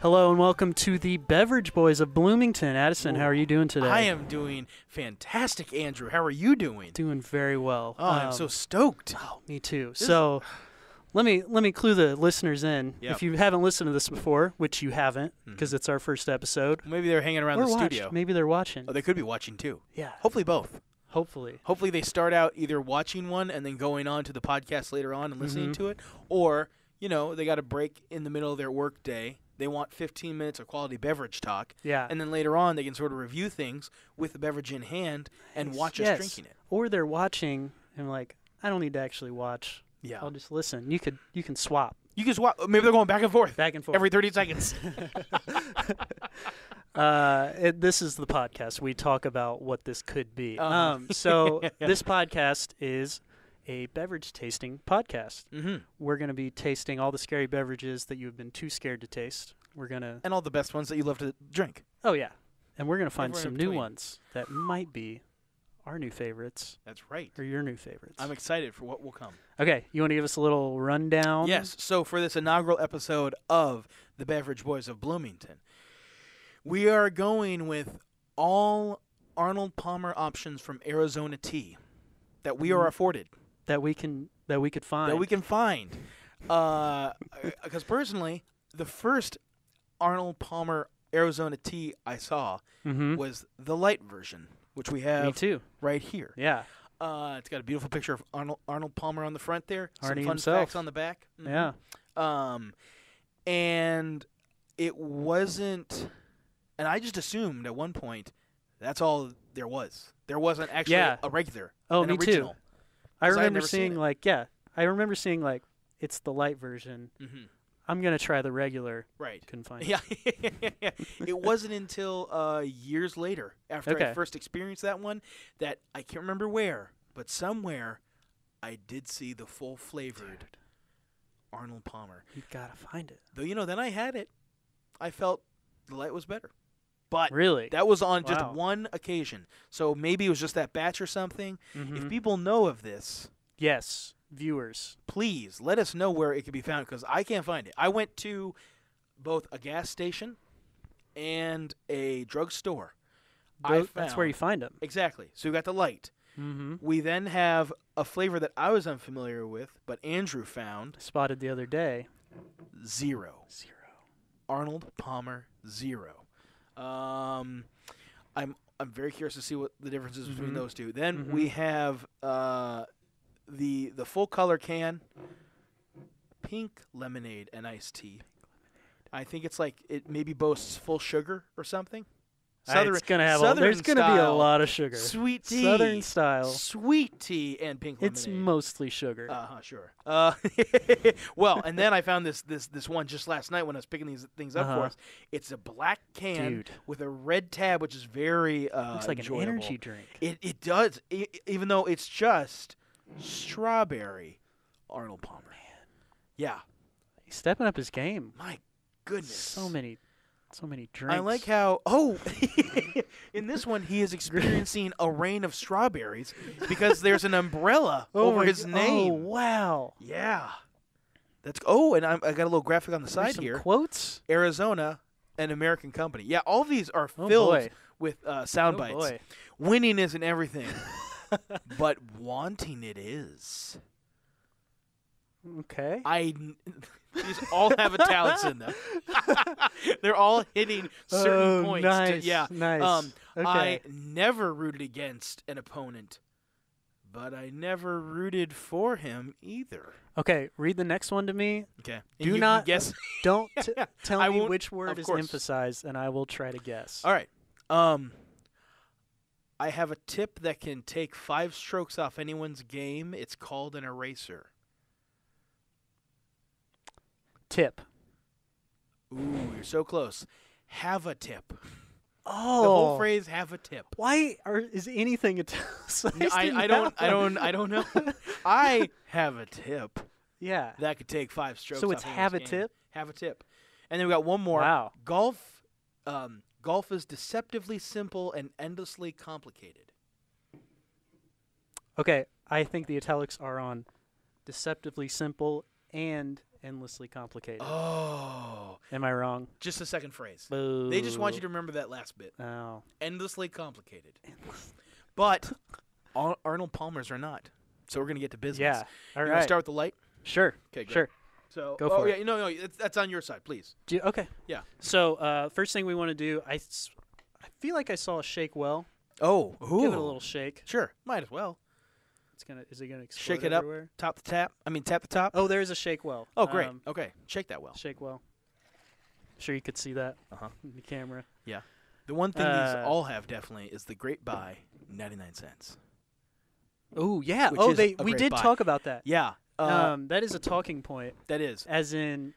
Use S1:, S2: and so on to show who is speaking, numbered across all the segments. S1: Hello and welcome to the Beverage Boys of Bloomington. Addison, how are you doing today?
S2: I am doing fantastic, Andrew. How are you doing?
S1: doing very well.
S2: Oh, I'm so stoked.
S1: Oh, me too. So let me let me clue the listeners in.
S2: Yep.
S1: If you haven't listened to this before, which you haven't, because it's our first episode,
S2: Maybe they're hanging around
S1: or
S2: the
S1: watched.
S2: studio.
S1: Maybe they're watching.
S2: Oh, they could be watching too.
S1: yeah,
S2: Hopefully both.
S1: hopefully.
S2: Hopefully they start out either watching one and then going on to the podcast later on and listening
S1: Mm-hmm.
S2: to it, or you know they got a break in the middle of their work day. They want 15 minutes of quality beverage talk,
S1: Yeah.
S2: and then later on they can sort of review things with the beverage in hand and watch
S1: yes.
S2: us drinking it.
S1: Or they're watching and like, I don't need to actually watch.
S2: Yeah,
S1: I'll just listen. You could you can swap
S2: you can swap. Maybe they're going back and forth
S1: back and forth.
S2: every 30 seconds.
S1: Uh, it, this is the podcast. We talk about what this could be.
S2: Uh-huh.
S1: Um, so this podcast is a beverage tasting podcast.
S2: mm-hmm.
S1: We're going to be tasting all the scary beverages that you've been too scared to taste. We're going to,
S2: And all the best ones that you love to drink.
S1: oh yeah. And we're going to find
S2: Everywhere
S1: some
S2: in
S1: new
S2: between.
S1: ones that might be our new favorites
S2: That's right.
S1: or your new favorites.
S2: I'm excited for what will come.
S1: okay. You want to give us a little rundown?
S2: Yes. So for this inaugural episode of the Beverage Boys of Bloomington, we are going with all Arnold Palmer options from Arizona Tea that we
S1: Mm-hmm.
S2: are afforded
S1: That we can, that we could find.
S2: that we can find. Because personally, the first Arnold Palmer Arizona Tea I saw
S1: hmm
S2: was the light version, which we
S1: Me
S2: have
S1: too.
S2: right here.
S1: Yeah.
S2: Uh, it's got a beautiful picture of Arnold, Arnold Palmer on the front there. Some
S1: Arnie
S2: fun
S1: himself.
S2: facts on the back. Mhm.
S1: Yeah.
S2: Um, and it wasn't, and I just assumed at one point that's all there was. There wasn't actually
S1: Yeah.
S2: a regular.
S1: Oh,
S2: an
S1: me too.
S2: original.
S1: I
S2: 'Cause I had
S1: remember
S2: never seen
S1: seeing
S2: it.
S1: like yeah, I remember seeing like it's the light version.
S2: hmm
S1: I'm gonna try the regular.
S2: Right.
S1: Couldn't find it.
S2: Yeah, it wasn't until uh, years later, after
S1: Okay.
S2: I first experienced that one, that I can't remember where, but somewhere, I did see the full flavored Arnold Palmer.
S1: You gotta find it.
S2: Though you know, then I had it. I felt the light was better, but
S1: Really?
S2: That was on just
S1: Wow.
S2: one occasion. So maybe it was just that batch or something. If
S1: Mhm.
S2: people know of this,
S1: yes, viewers.
S2: please let us know where it can be found because I can't find it. I went to both a gas station and a drugstore. I
S1: Tho- that's where you
S2: found-
S1: find them.
S2: Exactly. So we got the light.
S1: Mm-hmm.
S2: We then have a flavor that I was unfamiliar with, but Andrew found
S1: Spotted the other day.
S2: zero.
S1: Zero.
S2: Arnold Palmer Zero. Um, I'm I'm very curious to see what the difference is between
S1: Mhm.
S2: those two. Then
S1: Mhm.
S2: we have uh, the the full color can, pink lemonade and iced tea. I think it's like it maybe boasts full sugar or something.
S1: Southern, Ah, Uh, it's gonna have. A, there's gonna be a
S2: style
S1: lot of sugar.
S2: sweet tea,
S1: Southern style.
S2: sweet tea and pink lemonade.
S1: It's mostly sugar.
S2: Uh huh. Sure. Uh, well, and then I found this this this one just last night when I was picking these things up
S1: Uh-huh.
S2: for us. It's a black can
S1: Dude.
S2: with a red tab, which is very uh,
S1: Looks like
S2: enjoyable.
S1: an energy drink.
S2: It it does, e- e- even though it's just strawberry Arnold Palmer. Yeah.
S1: He's stepping up his game.
S2: My goodness.
S1: So many, so many drinks.
S2: I like how oh, in this one he is experiencing a rain of strawberries because there's an umbrella
S1: Oh
S2: over
S1: my
S2: his
S1: g-
S2: name.
S1: Oh wow.
S2: Yeah. That's oh, and I'm, I got a little graphic on the
S1: There's
S2: side
S1: some
S2: here.
S1: Quotes.
S2: Arizona, an American company. Yeah, all these are
S1: Oh,
S2: filled
S1: boy.
S2: with uh, sound
S1: Oh,
S2: bites.
S1: boy.
S2: Winning isn't everything, but wanting it is.
S1: Okay.
S2: I these all have italics in them. They're all hitting
S1: oh,
S2: certain points. to-
S1: Nice.
S2: yeah.
S1: Nice.
S2: Um, I
S1: okay.
S2: never rooted against an opponent, but I never rooted for him either.
S1: okay. Read the next one to me.
S2: Okay. And
S1: Do
S2: you can
S1: not-
S2: guess.
S1: Don't t- tell
S2: I
S1: me
S2: won't-
S1: which word
S2: of
S1: is
S2: course.
S1: emphasized, and I will try to guess.
S2: All right. Um, I have a tip that can take five strokes off anyone's game. It's called an eraser.
S1: Tip.
S2: Ooh, you're so close. Have a tip.
S1: Oh.
S2: The whole phrase "have a tip."
S1: Why are, is anything italicized?
S2: Yeah, I,
S1: in that
S2: I don't. I
S1: one?
S2: don't. I don't know. I have a tip
S1: yeah.
S2: that could take five strokes.
S1: So
S2: off
S1: it's
S2: anyone's
S1: have a
S2: game.
S1: tip?
S2: Have a tip. And then we got one more.
S1: Wow.
S2: Golf. Um, golf is deceptively simple and endlessly complicated.
S1: Okay. I think the italics are on deceptively simple and endlessly complicated.
S2: Oh,
S1: Am I wrong?
S2: just the second phrase. They just want you to remember that last bit.
S1: to. Oh.
S2: Endlessly complicated. But Ar- Arnold Palmer's are not. So we're gonna get to business.
S1: Yeah. All
S2: you wanna
S1: right.
S2: Start with the light.
S1: sure.
S2: 'Kay, go.
S1: Sure.
S2: So
S1: Go
S2: oh,
S1: for
S2: yeah,
S1: it.
S2: No, no, it's, that's on your side, please.
S1: Do you- okay.
S2: Yeah.
S1: So uh, first thing we want to do, I, s- I feel like I saw a shake well.
S2: Oh, who?
S1: Give it a little shake.
S2: Sure, might as well.
S1: It's gonna. Is it gonna explode
S2: Shake it up.
S1: everywhere?
S2: Top the tap. I mean, tap the top.
S1: Oh, there is a shake well.
S2: Oh, great.
S1: Um,
S2: okay, shake that well.
S1: shake well. Sure, you could see that
S2: Uh-huh.
S1: in the camera.
S2: The one thing
S1: Uh,
S2: these all have definitely is the great buy, ninety nine cents.
S1: Oh yeah.
S2: Which
S1: oh,
S2: is
S1: they.
S2: a
S1: We
S2: great
S1: did
S2: buy.
S1: talk about that.
S2: Yeah, uh,
S1: um, that is a talking point.
S2: that is.
S1: As in,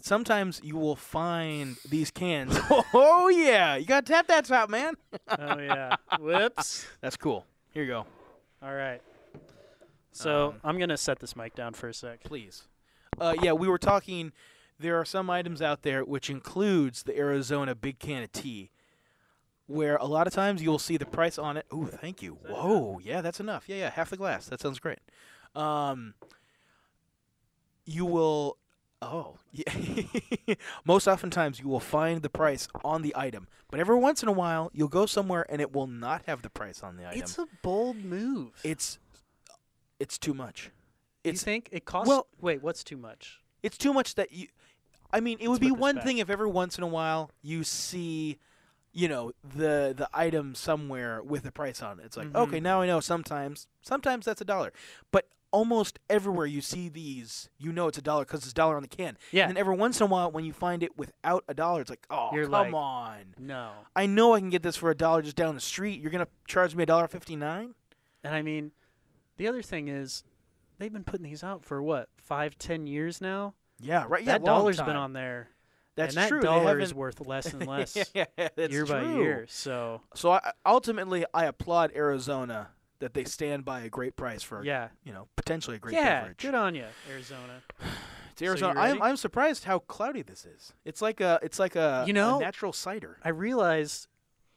S2: Sometimes you will find these cans. oh yeah, you gotta tap that top, man.
S1: oh yeah. Whoops.
S2: That's cool. Here you go,
S1: All right. So
S2: Um,
S1: I'm gonna set this mic down for a sec.
S2: please. Uh, yeah, we were talking. There are some items out there which includes the Arizona big can of tea, where a lot of times you will see the price on it. Ooh, thank you. Whoa, yeah, that's enough. Yeah, yeah, half the glass. That sounds great. Um, you will. Oh, yeah. Most oftentimes, you will find the price on the item, but every once in a while, you'll go somewhere and it will not have the price on the item.
S1: It's a bold move.
S2: it's, it's too much.
S1: you
S2: it's-
S1: think it costs?
S2: well-
S1: wait, what's too much?
S2: It's too much that you. I mean, it would
S1: put
S2: be
S1: this
S2: one
S1: back.
S2: thing if every once in a while you see, you know, the the item somewhere with a price on it. It's like,
S1: Mhm.
S2: okay, now I know. Sometimes, sometimes that's a dollar, but almost everywhere you see these, you know, it's a dollar because it's a dollar on the can.
S1: Yeah.
S2: And then every once in a while, when you find it without a dollar, it's like, oh,
S1: You're
S2: come
S1: like-
S2: on.
S1: No.
S2: I know I can get this for a dollar just down the street. You're gonna charge me a dollar fifty nine?
S1: And I mean, the other thing is, they've been putting these out for what five, ten years now.
S2: Yeah, right. Yeah,
S1: that
S2: long
S1: dollar's
S2: time.
S1: been on there.
S2: That's
S1: and that
S2: true. They
S1: dollar is
S2: haven't-
S1: worth less and less
S2: yeah, that's
S1: year by
S2: true.
S1: year. So
S2: So I, ultimately, I applaud Arizona that they stand by a great price for
S1: yeah,
S2: you know potentially a great
S1: yeah,
S2: beverage.
S1: good on you, Arizona.
S2: It's
S1: So
S2: Arizona.
S1: you
S2: I'm
S1: ready?
S2: I'm surprised how cloudy this is. It's like a it's like a
S1: You
S2: a
S1: know-
S2: natural cider.
S1: I realized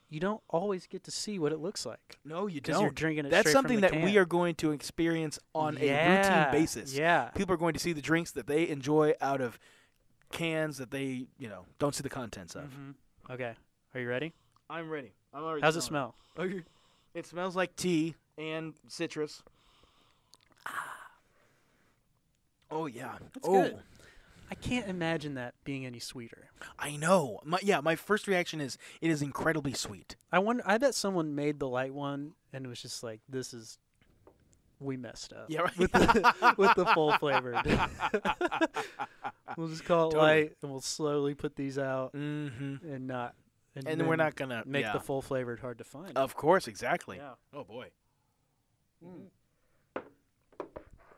S1: you don't always get to see what it looks like
S2: No, you
S1: because you're drinking it.
S2: That's
S1: straight
S2: something
S1: from the
S2: that we
S1: can.
S2: are going to experience on a
S1: Yeah,
S2: routine basis.
S1: Yeah,
S2: People are going to see the drinks that they enjoy out of cans that they you know don't see the contents of.
S1: Mhm. Okay, are you ready?
S2: Mm-hmm. I'm ready. I'm already.
S1: How's it smell?
S2: Okay. It smells like tea and citrus. Ah. Oh yeah,
S1: That's
S2: oh,
S1: good. I can't imagine that being any sweeter.
S2: I know. My, yeah, my first reaction is it is incredibly sweet.
S1: I wonder. I bet someone made the light one and was just like, "This is, we messed up."
S2: Yeah, right.
S1: With the, with the full flavored. we'll just call it
S2: Totally.
S1: light, and we'll slowly put these out
S2: Mm-hmm.
S1: and not. And,
S2: And we're
S1: then
S2: not gonna
S1: make
S2: yeah. Oh,
S1: the full flavored hard to find.
S2: Of course, exactly.
S1: Yeah.
S2: Oh boy.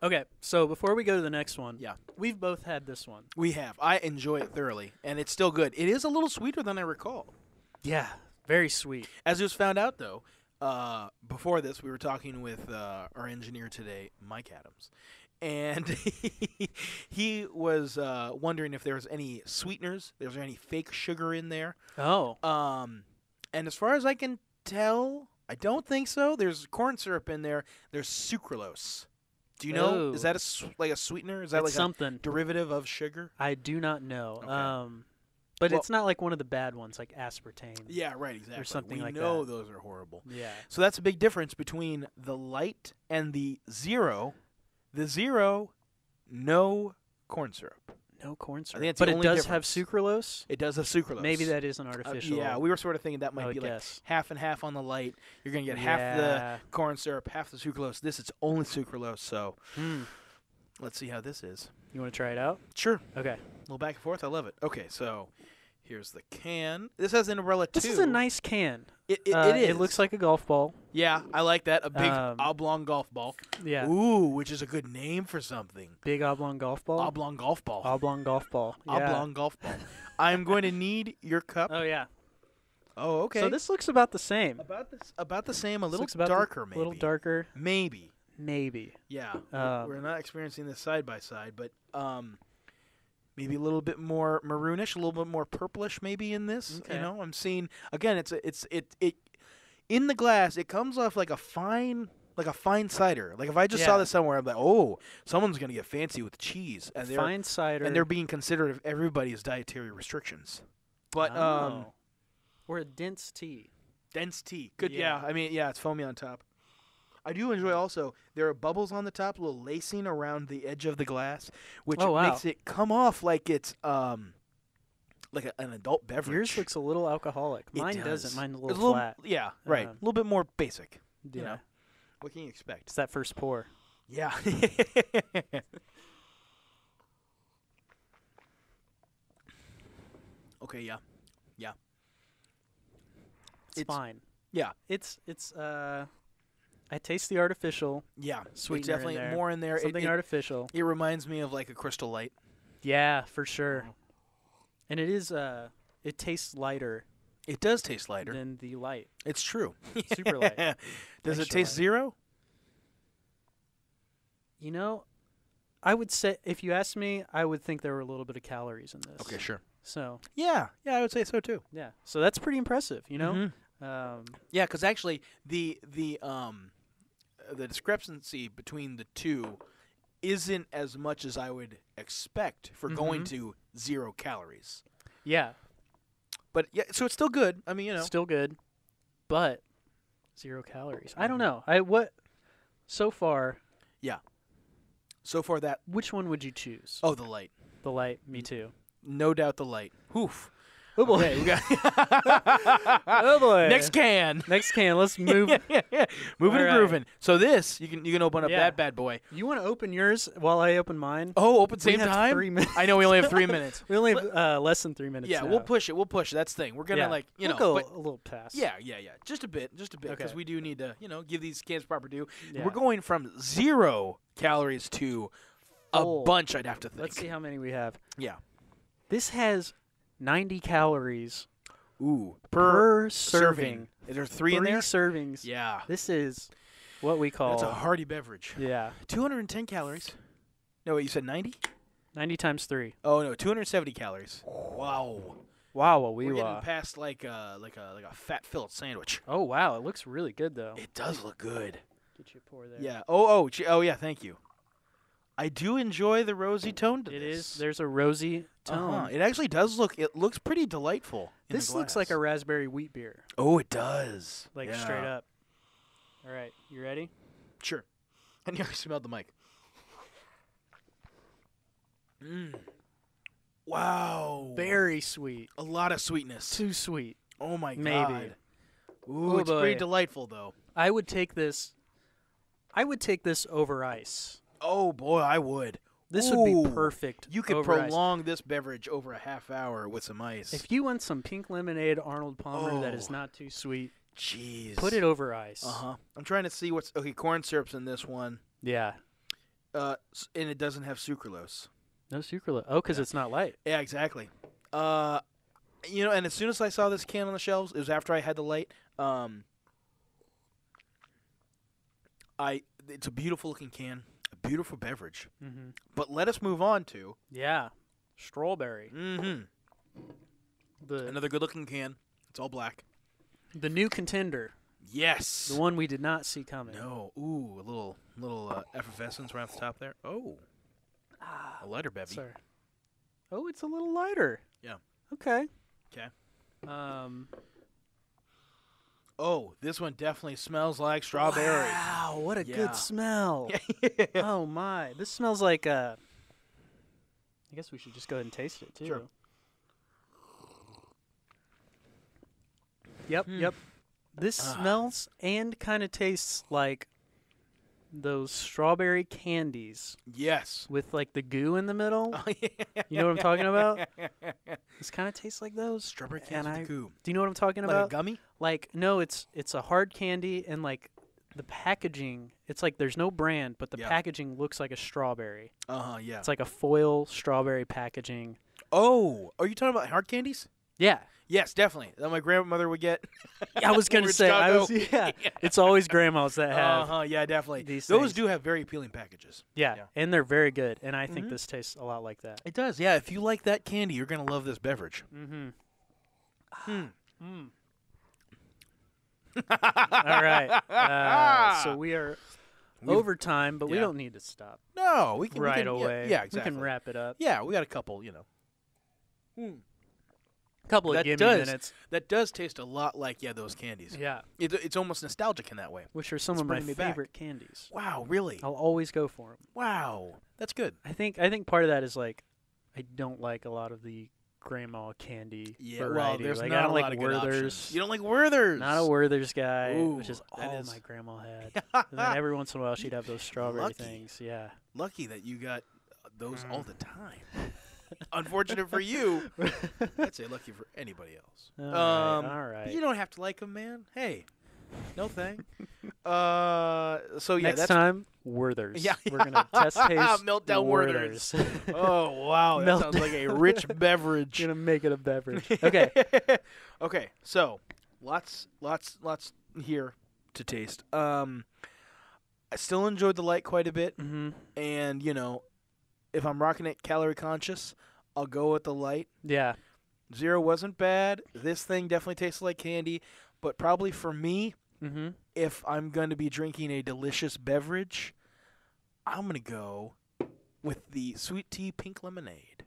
S1: Okay, so before we go to the next one,
S2: Yeah.
S1: we've both had this one.
S2: We have. I enjoy it thoroughly, and it's still good. It is a little sweeter than I recall.
S1: Yeah, very sweet.
S2: As it was found out, though, uh, before this, we were talking with uh, our engineer today, Mike Adams, and he was uh, wondering if there was any sweeteners, there was any fake sugar in there.
S1: Oh,
S2: Um, and as far as I can tell, I don't think so. There's corn syrup in there. There's sucralose. Do you know?
S1: Oh.
S2: Is that a s- like a sweetener? Is that
S1: that's
S2: like
S1: something
S2: a derivative of sugar?
S1: I do not know.
S2: Okay.
S1: Um, but
S2: Well-
S1: it's not like one of the bad ones, like aspartame.
S2: Yeah, right. Exactly.
S1: something
S2: we
S1: like
S2: know those are horrible.
S1: Yeah.
S2: So that's a big difference between the light and the zero. The zero, no corn syrup.
S1: No corn syrup.
S2: that's the
S1: but it
S2: only
S1: does have
S2: difference.
S1: sucralose.
S2: It does have sucralose.
S1: Maybe that is an
S2: Uh,
S1: artificial.
S2: yeah, we were sort of thinking that
S1: I
S2: might
S1: would
S2: be like
S1: guess.
S2: half and half on the light. You're gonna get half the
S1: yeah.
S2: corn syrup, half the sucralose. This it's only sucralose. So
S1: Hmm.
S2: let's see how this is.
S1: You want to try it out?
S2: Sure,
S1: Okay.
S2: a little back and forth. I love it. Okay, so here's the can. This has an umbrella too.
S1: This is a nice can.
S2: It, it,
S1: Uh,
S2: it is.
S1: It looks like a golf ball.
S2: Yeah, I like that. A big
S1: Um,
S2: oblong golf ball.
S1: Yeah.
S2: Ooh, which is a good name for something.
S1: Big oblong golf ball.
S2: Oblong golf ball.
S1: oblong golf ball. Yeah.
S2: Oblong golf ball. I'm going to need your cup.
S1: Oh yeah.
S2: oh, okay.
S1: So this looks about the same.
S2: about this about the same, a
S1: This
S2: little
S1: looks about the-
S2: darker maybe.
S1: A little darker,
S2: Maybe.
S1: maybe.
S2: Yeah.
S1: Um,
S2: We're not experiencing this side by side, but um, maybe a little bit more maroonish, a little bit more purplish, maybe in this.
S1: Okay.
S2: You know, I'm seeing again. It's a, it's it it in the glass. It comes off like a fine like a fine cider. Like if I just saw
S1: Yeah.
S2: this somewhere, I'm like, oh, someone's gonna get fancy with cheese, and they're
S1: Fine cider.
S2: and they're being considerate of everybody's dietary restrictions. But um,
S1: Oh. or a dense tea.
S2: dense tea, good. Yeah.
S1: Yeah.
S2: I mean, yeah, it's foamy on top. I do enjoy also. There are bubbles on the top, a little lacing around the edge of the glass, which
S1: Oh, wow.
S2: makes it come off like it's um, like a, an adult beverage.
S1: Yours looks a little alcoholic.
S2: It
S1: Mine
S2: does.
S1: not Mine's a
S2: It's
S1: little, flat.
S2: Yeah, right.
S1: Um,
S2: a little bit more basic.
S1: Yeah.
S2: know. What can you expect?
S1: It's that first pour.
S2: Yeah. okay, yeah.
S1: It's,
S2: It's-
S1: fine.
S2: yeah.
S1: It's it's uh I taste the artificial,
S2: Yeah. It's
S1: Sweetener in
S2: definitely
S1: there.
S2: more in there. It-
S1: something
S2: it,
S1: artificial.
S2: it reminds me of like a crystal light.
S1: Yeah, for sure. And it is uh it tastes lighter
S2: It does taste lighter.
S1: than the light.
S2: It's true.
S1: Super light.
S2: does it
S1: Extra
S2: taste
S1: light.
S2: zero?
S1: You know, I would say if you asked me, I would think there were a little bit of calories in this.
S2: sure.
S1: So,
S2: Yeah. Yeah, I would say so too. Mm-hmm.
S1: yeah. So that's pretty impressive, you know? Um
S2: Yeah, because actually the the um uh, the discrepancy between the two isn't as much as I would expect for going
S1: Mhm.
S2: to zero calories.
S1: yeah,
S2: But yeah, so it's still good. I mean, you know,
S1: still good, but zero calories. I don't know.
S2: Mm-hmm.
S1: I what so far,
S2: so far that
S1: which one would you choose?
S2: oh Mm. the light,
S1: The light, me too.
S2: no doubt the light. Oof.
S1: Oh boy.
S2: Okay, we got
S1: oh boy.
S2: Ah. next can.
S1: next can. Let's move.
S2: Moving
S1: All
S2: and
S1: right.
S2: grooving. So this you can you can open up
S1: Yeah.
S2: that bad boy.
S1: You want to open yours while I open mine?
S2: Oh, open
S1: We
S2: same
S1: have
S2: time.
S1: three minutes.
S2: I know we only have three minutes.
S1: We only have uh, less than three minutes.
S2: yeah,
S1: now.
S2: we'll push it. We'll push it. That's the thing. We're gonna
S1: Yeah.
S2: like you
S1: We'll
S2: know.
S1: go
S2: but
S1: a little past.
S2: Yeah, yeah, yeah. Just a bit, just a bit, because
S1: Okay.
S2: we do need to, you know, give these cans proper due.
S1: Yeah.
S2: We're going from zero calories to
S1: Full.
S2: a bunch. I'd have to think.
S1: Let's see how many we have.
S2: Yeah.
S1: This has 90 calories
S2: Ooh.
S1: per,
S2: Per,
S1: serving.
S2: Is there three, in there?
S1: servings.
S2: Yeah.
S1: This is what we call.
S2: That's a hearty beverage.
S1: yeah.
S2: 210 calories. No, wait, you said 90?
S1: 90 times three.
S2: Oh no, 270 calories. Wow.
S1: Wow, wow, we
S2: We're
S1: wow.
S2: getting past like a like a like a fat filled sandwich.
S1: Oh wow, it looks really good though.
S2: It does look good.
S1: Get you a pour there.
S2: Yeah. Oh oh gee- oh yeah. Thank you. I do enjoy the rosy tone to
S1: It
S2: this.
S1: is. There's a rosy tone.
S2: Uh-huh. It actually does look. It looks pretty delightful. in the
S1: This looks like a
S2: glass.
S1: raspberry wheat beer,
S2: Oh, it does.
S1: like
S2: Yeah.
S1: straight up. All right, you ready?
S2: Sure. I nearly smelled the mic. Mm. Wow.
S1: Very sweet.
S2: A lot of sweetness.
S1: Too sweet.
S2: Oh my
S1: Maybe.
S2: god. Ooh,
S1: Oh,
S2: it's pretty
S1: boy.
S2: delightful though.
S1: I would take this. I would take this over ice.
S2: Oh boy, I would.
S1: This would be
S2: Ooh.
S1: perfect.
S2: You could
S1: over ice.
S2: prolong this beverage over a half hour with some ice.
S1: If you want some pink lemonade Arnold Palmer that is
S2: Oh.
S1: not too sweet,
S2: Jeez.
S1: put it over ice.
S2: Uh huh. I'm trying to see what's okay. Corn syrup's in this one,
S1: Yeah.
S2: uh, s- and it doesn't have sucralose.
S1: No sucralose. Oh, because it's not light.
S2: Yeah, exactly. Uh, you know, and as soon as I saw this can on the shelves, it was after I had the light. Um, I it's a beautiful looking can, a beautiful beverage.
S1: Mm-hmm.
S2: But let us move on to
S1: Yeah. Strawberry.
S2: mm-hmm.
S1: The
S2: another good looking can. It's all black.
S1: the new contender.
S2: Yes.
S1: The one we did not see coming.
S2: no. Ooh, a little little uh, effervescence right off the top there. Oh,
S1: Ah,
S2: a lighter bevy.
S1: sorry. Oh, it's a little lighter.
S2: Yeah.
S1: Okay.
S2: 'Kay.
S1: Um.
S2: Oh, this one definitely smells like strawberry.
S1: Wow, what a
S2: Yeah.
S1: good smell. oh my, this smells like. Uh, I guess we should just go ahead and taste it too.
S2: Sure.
S1: Yep.
S2: Hmm.
S1: Yep. This
S2: Ah.
S1: smells and kind of tastes like those strawberry candies
S2: yes. Oh,
S1: with like the goo in the middle. You know what I'm talking about? This kind of tastes like those.
S2: Strawberry
S1: And
S2: cans with
S1: I-
S2: the goo.
S1: Do you know what I'm talking
S2: Like a
S1: about?
S2: gummy?
S1: like no, it's it's a hard candy and like the packaging. It's like there's no brand, but the
S2: Yeah.
S1: packaging looks like a strawberry.
S2: Uh huh. Yeah.
S1: It's like a foil strawberry packaging.
S2: oh, are you talking about hard candies?
S1: Yeah,
S2: Yes, definitely. That my grandmother would get.
S1: I was gonna
S2: When we were in
S1: say I was.
S2: Chicago.
S1: Yeah, it's always grandmas that
S2: Uh
S1: have.
S2: huh. Yeah, definitely.
S1: These
S2: Those
S1: things.
S2: do have very appealing packages.
S1: Yeah,
S2: Yeah.
S1: and they're very good. And I think
S2: Mhm.
S1: this tastes a lot like that.
S2: It does. Yeah. If you like that candy, you're gonna love this beverage.
S1: Mm-hmm.
S2: Hmm.
S1: Mm. All right. Uh, so we are over time, but we
S2: yeah.
S1: don't need to stop
S2: No, we can we
S1: right
S2: can- yeah,
S1: away.
S2: Yeah, exactly.
S1: We can wrap it up.
S2: Yeah, we got a couple. You know, Hmm.
S1: A couple of
S2: that
S1: gimme
S2: does
S1: minutes.
S2: that does taste a lot like yeah those candies.
S1: Yeah.
S2: It, it's almost nostalgic in that way.
S1: Which are some
S2: It's
S1: of my
S2: bringing me back.
S1: favorite candies.
S2: Wow, really?
S1: I'll always go for them.
S2: Wow, that's good.
S1: I think I think part of that is like I don't like a lot of the grandma candy
S2: well,
S1: variety.
S2: there's
S1: like
S2: not
S1: I don't
S2: a
S1: like
S2: lot of good
S1: Werther's.
S2: options. You don't like Werther's?
S1: Not a Werther's guy, which
S2: Ooh,
S1: is
S2: that
S1: all
S2: is-
S1: my grandma had. and then every once in a while she'd have those strawberry
S2: Lucky.
S1: things. Yeah.
S2: Lucky that you got those all the time. Unfortunate for you. I'd say lucky for anybody else.
S1: All right,
S2: um,
S1: all
S2: but
S1: right.
S2: You don't have to like them, man. Hey, no thing. uh, so yeah,
S1: Next
S2: that's.
S1: time, Werther's.
S2: Yeah.
S1: We're gonna test taste
S2: Meltdown Werther's. Oh wow, that
S1: Melt-
S2: sounds like a rich beverage.
S1: We're gonna make it a beverage. Okay.
S2: okay, so lots, lots, lots here to taste. Um, I still enjoyed the light quite a bit.
S1: hmm
S2: and you know, if I'm rocking it calorie conscious, I'll go with the light.
S1: Yeah.
S2: Zero wasn't bad. This thing definitely tastes like candy, but probably for me,
S1: Mm-hmm.
S2: if I'm going to be drinking a delicious beverage, I'm going to go with the sweet tea pink lemonade.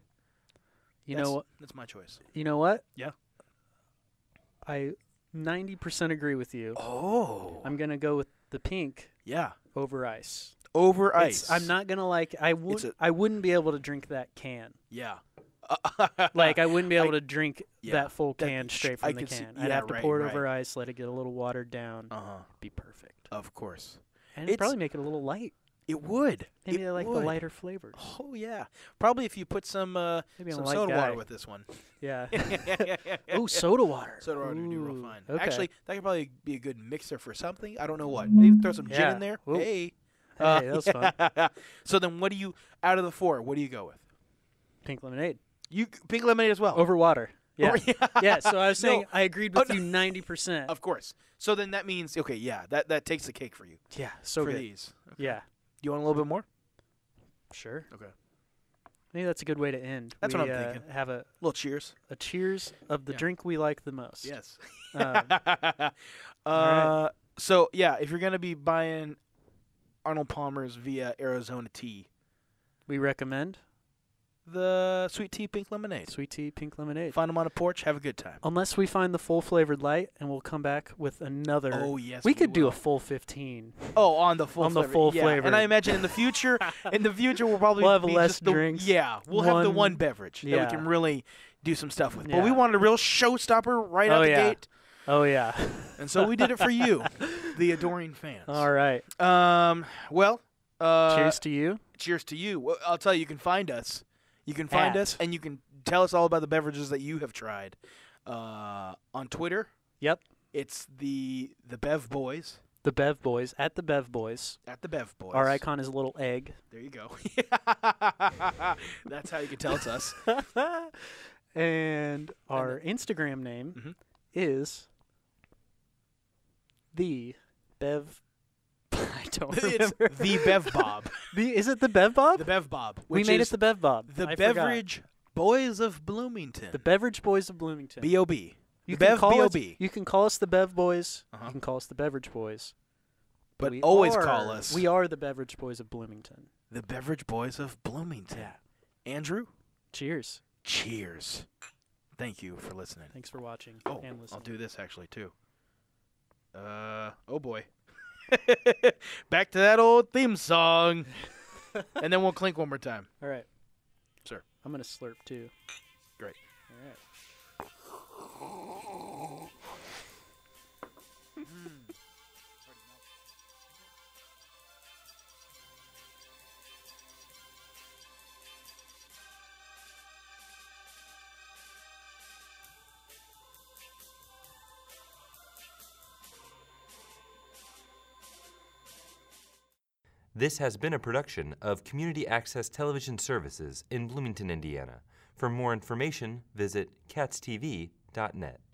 S1: You
S2: That's-
S1: know.
S2: that's my choice.
S1: You know what?
S2: Yeah.
S1: I 90% agree with you.
S2: Oh,
S1: I'm gonna go with the pink
S2: yeah,
S1: over ice.
S2: over
S1: It's-
S2: ice.
S1: I'm not gonna like. I would.
S2: a-
S1: I wouldn't be able to drink that can.
S2: Yeah.
S1: Like uh, I wouldn't be
S2: I-
S1: able to drink
S2: Yeah.
S1: that full
S2: That-
S1: can straight
S2: sh- I
S1: from the
S2: can see-
S1: can. I'd
S2: yeah,
S1: have to
S2: right,
S1: pour it
S2: right.
S1: over ice, let it get a little watered down.
S2: Uh huh.
S1: be perfect.
S2: Of course,
S1: And it'd
S2: It's-
S1: probably make it a little light.
S2: it would.
S1: Maybe
S2: it
S1: I like
S2: would.
S1: the lighter flavors.
S2: Oh yeah, probably if you put some uh,
S1: Maybe I'm
S2: some
S1: a light
S2: soda
S1: guy.
S2: water with this one.
S1: Yeah. oh, soda water.
S2: Soda water would do real
S1: Ooh,
S2: fine.
S1: okay.
S2: Actually, that could probably be a good mixer for something. I don't know what. They throw some gin
S1: Yeah.
S2: in there.
S1: Whoa.
S2: Hey.
S1: Hey,
S2: uh,
S1: that was fun.
S2: so then, what do you out of the four? What do you go with?
S1: pink lemonade
S2: You pink lemonade as well.
S1: over water. Yeah.
S2: Over-
S1: yeah. So I was
S2: Oh. No.
S1: saying I agreed
S2: Oh,
S1: with
S2: no.
S1: you 90%.
S2: Of course. So then that means okay, yeah, that that takes the cake for you
S1: yeah. So
S2: for
S1: good.
S2: these.
S1: Yeah.
S2: You want a little bit more?
S1: Sure.
S2: Okay.
S1: Maybe that's a good way to end.
S2: That's what
S1: We,
S2: I'm
S1: uh,
S2: thinking.
S1: Have a,
S2: little cheers.
S1: a cheers of the
S2: Yeah.
S1: drink we like the most.
S2: Yes.
S1: Um,
S2: uh,
S1: right.
S2: So yeah, if you're gonna be buying Arnold Palmer's via Arizona Tea,
S1: we recommend
S2: the sweet tea pink lemonade.
S1: sweet tea, pink lemonade.
S2: Find them on a porch. Have a good time.
S1: Unless we find the full flavored light, and we'll come back with another.
S2: Oh yes,
S1: we could do a
S2: will.
S1: full 15.
S2: oh on the full
S1: on the
S2: flavor.
S1: full
S2: yeah.
S1: flavor.
S2: And I imagine in the future, in the future we'll probably
S1: We'll have
S2: be
S1: less
S2: just the,
S1: drinks,
S2: Yeah, we'll have the
S1: one-
S2: one beverage
S1: yeah.
S2: that we can really do some stuff with. But we
S1: Yeah.
S2: wanted a real showstopper right
S1: Oh,
S2: out the
S1: yeah.
S2: gate,
S1: Oh, yeah.
S2: and so we did it for you, the adoring fans.
S1: All right.
S2: right. Um. Well. Uh,
S1: cheers to you.
S2: cheers to you. Well, I'll tell you, you can find us. You can find
S1: At-
S2: us, and you can tell us all about the beverages that you have tried. Uh, on Twitter,
S1: Yep.
S2: it's the the Bev Boys
S1: The Bev Boys at the Bev Boys.
S2: at the Bev Boys.
S1: Our icon is a little egg.
S2: There you go. That's how you can tell it's us.
S1: and our Instagram name
S2: Mhm.
S1: is the Bev. I don't
S2: it's
S1: remember.
S2: the Bev Bob.
S1: The, is it the Bev Bob?
S2: The Bev Bob.
S1: we
S2: which
S1: made
S2: is
S1: it the Bev Bob.
S2: the
S1: I forgot.
S2: Beverage Boys of Bloomington.
S1: The Beverage Boys of Bloomington.
S2: B O B.
S1: you
S2: Bev
S1: can call us,
S2: B.O.B..
S1: You can call us the Bev Boys.
S2: Uh-huh.
S1: You can call us the Beverage Boys.
S2: But
S1: we
S2: always
S1: are-
S2: call us
S1: We are the Beverage Boys of Bloomington.
S2: the Beverage Boys of Bloomington. Andrew,
S1: Cheers.
S2: cheers. Thank you for listening.
S1: Thanks for watching
S2: Oh,
S1: and listening.
S2: I'll do this actually too. Uh oh boy. Back to that old theme song. and then we'll clink one more time.
S1: All right.
S2: Sure.
S1: I'm going to slurp too.
S2: Great.
S1: All right.
S3: This has been a production of Community Access Television Services in Bloomington, Indiana. For more information, visit catstv.net.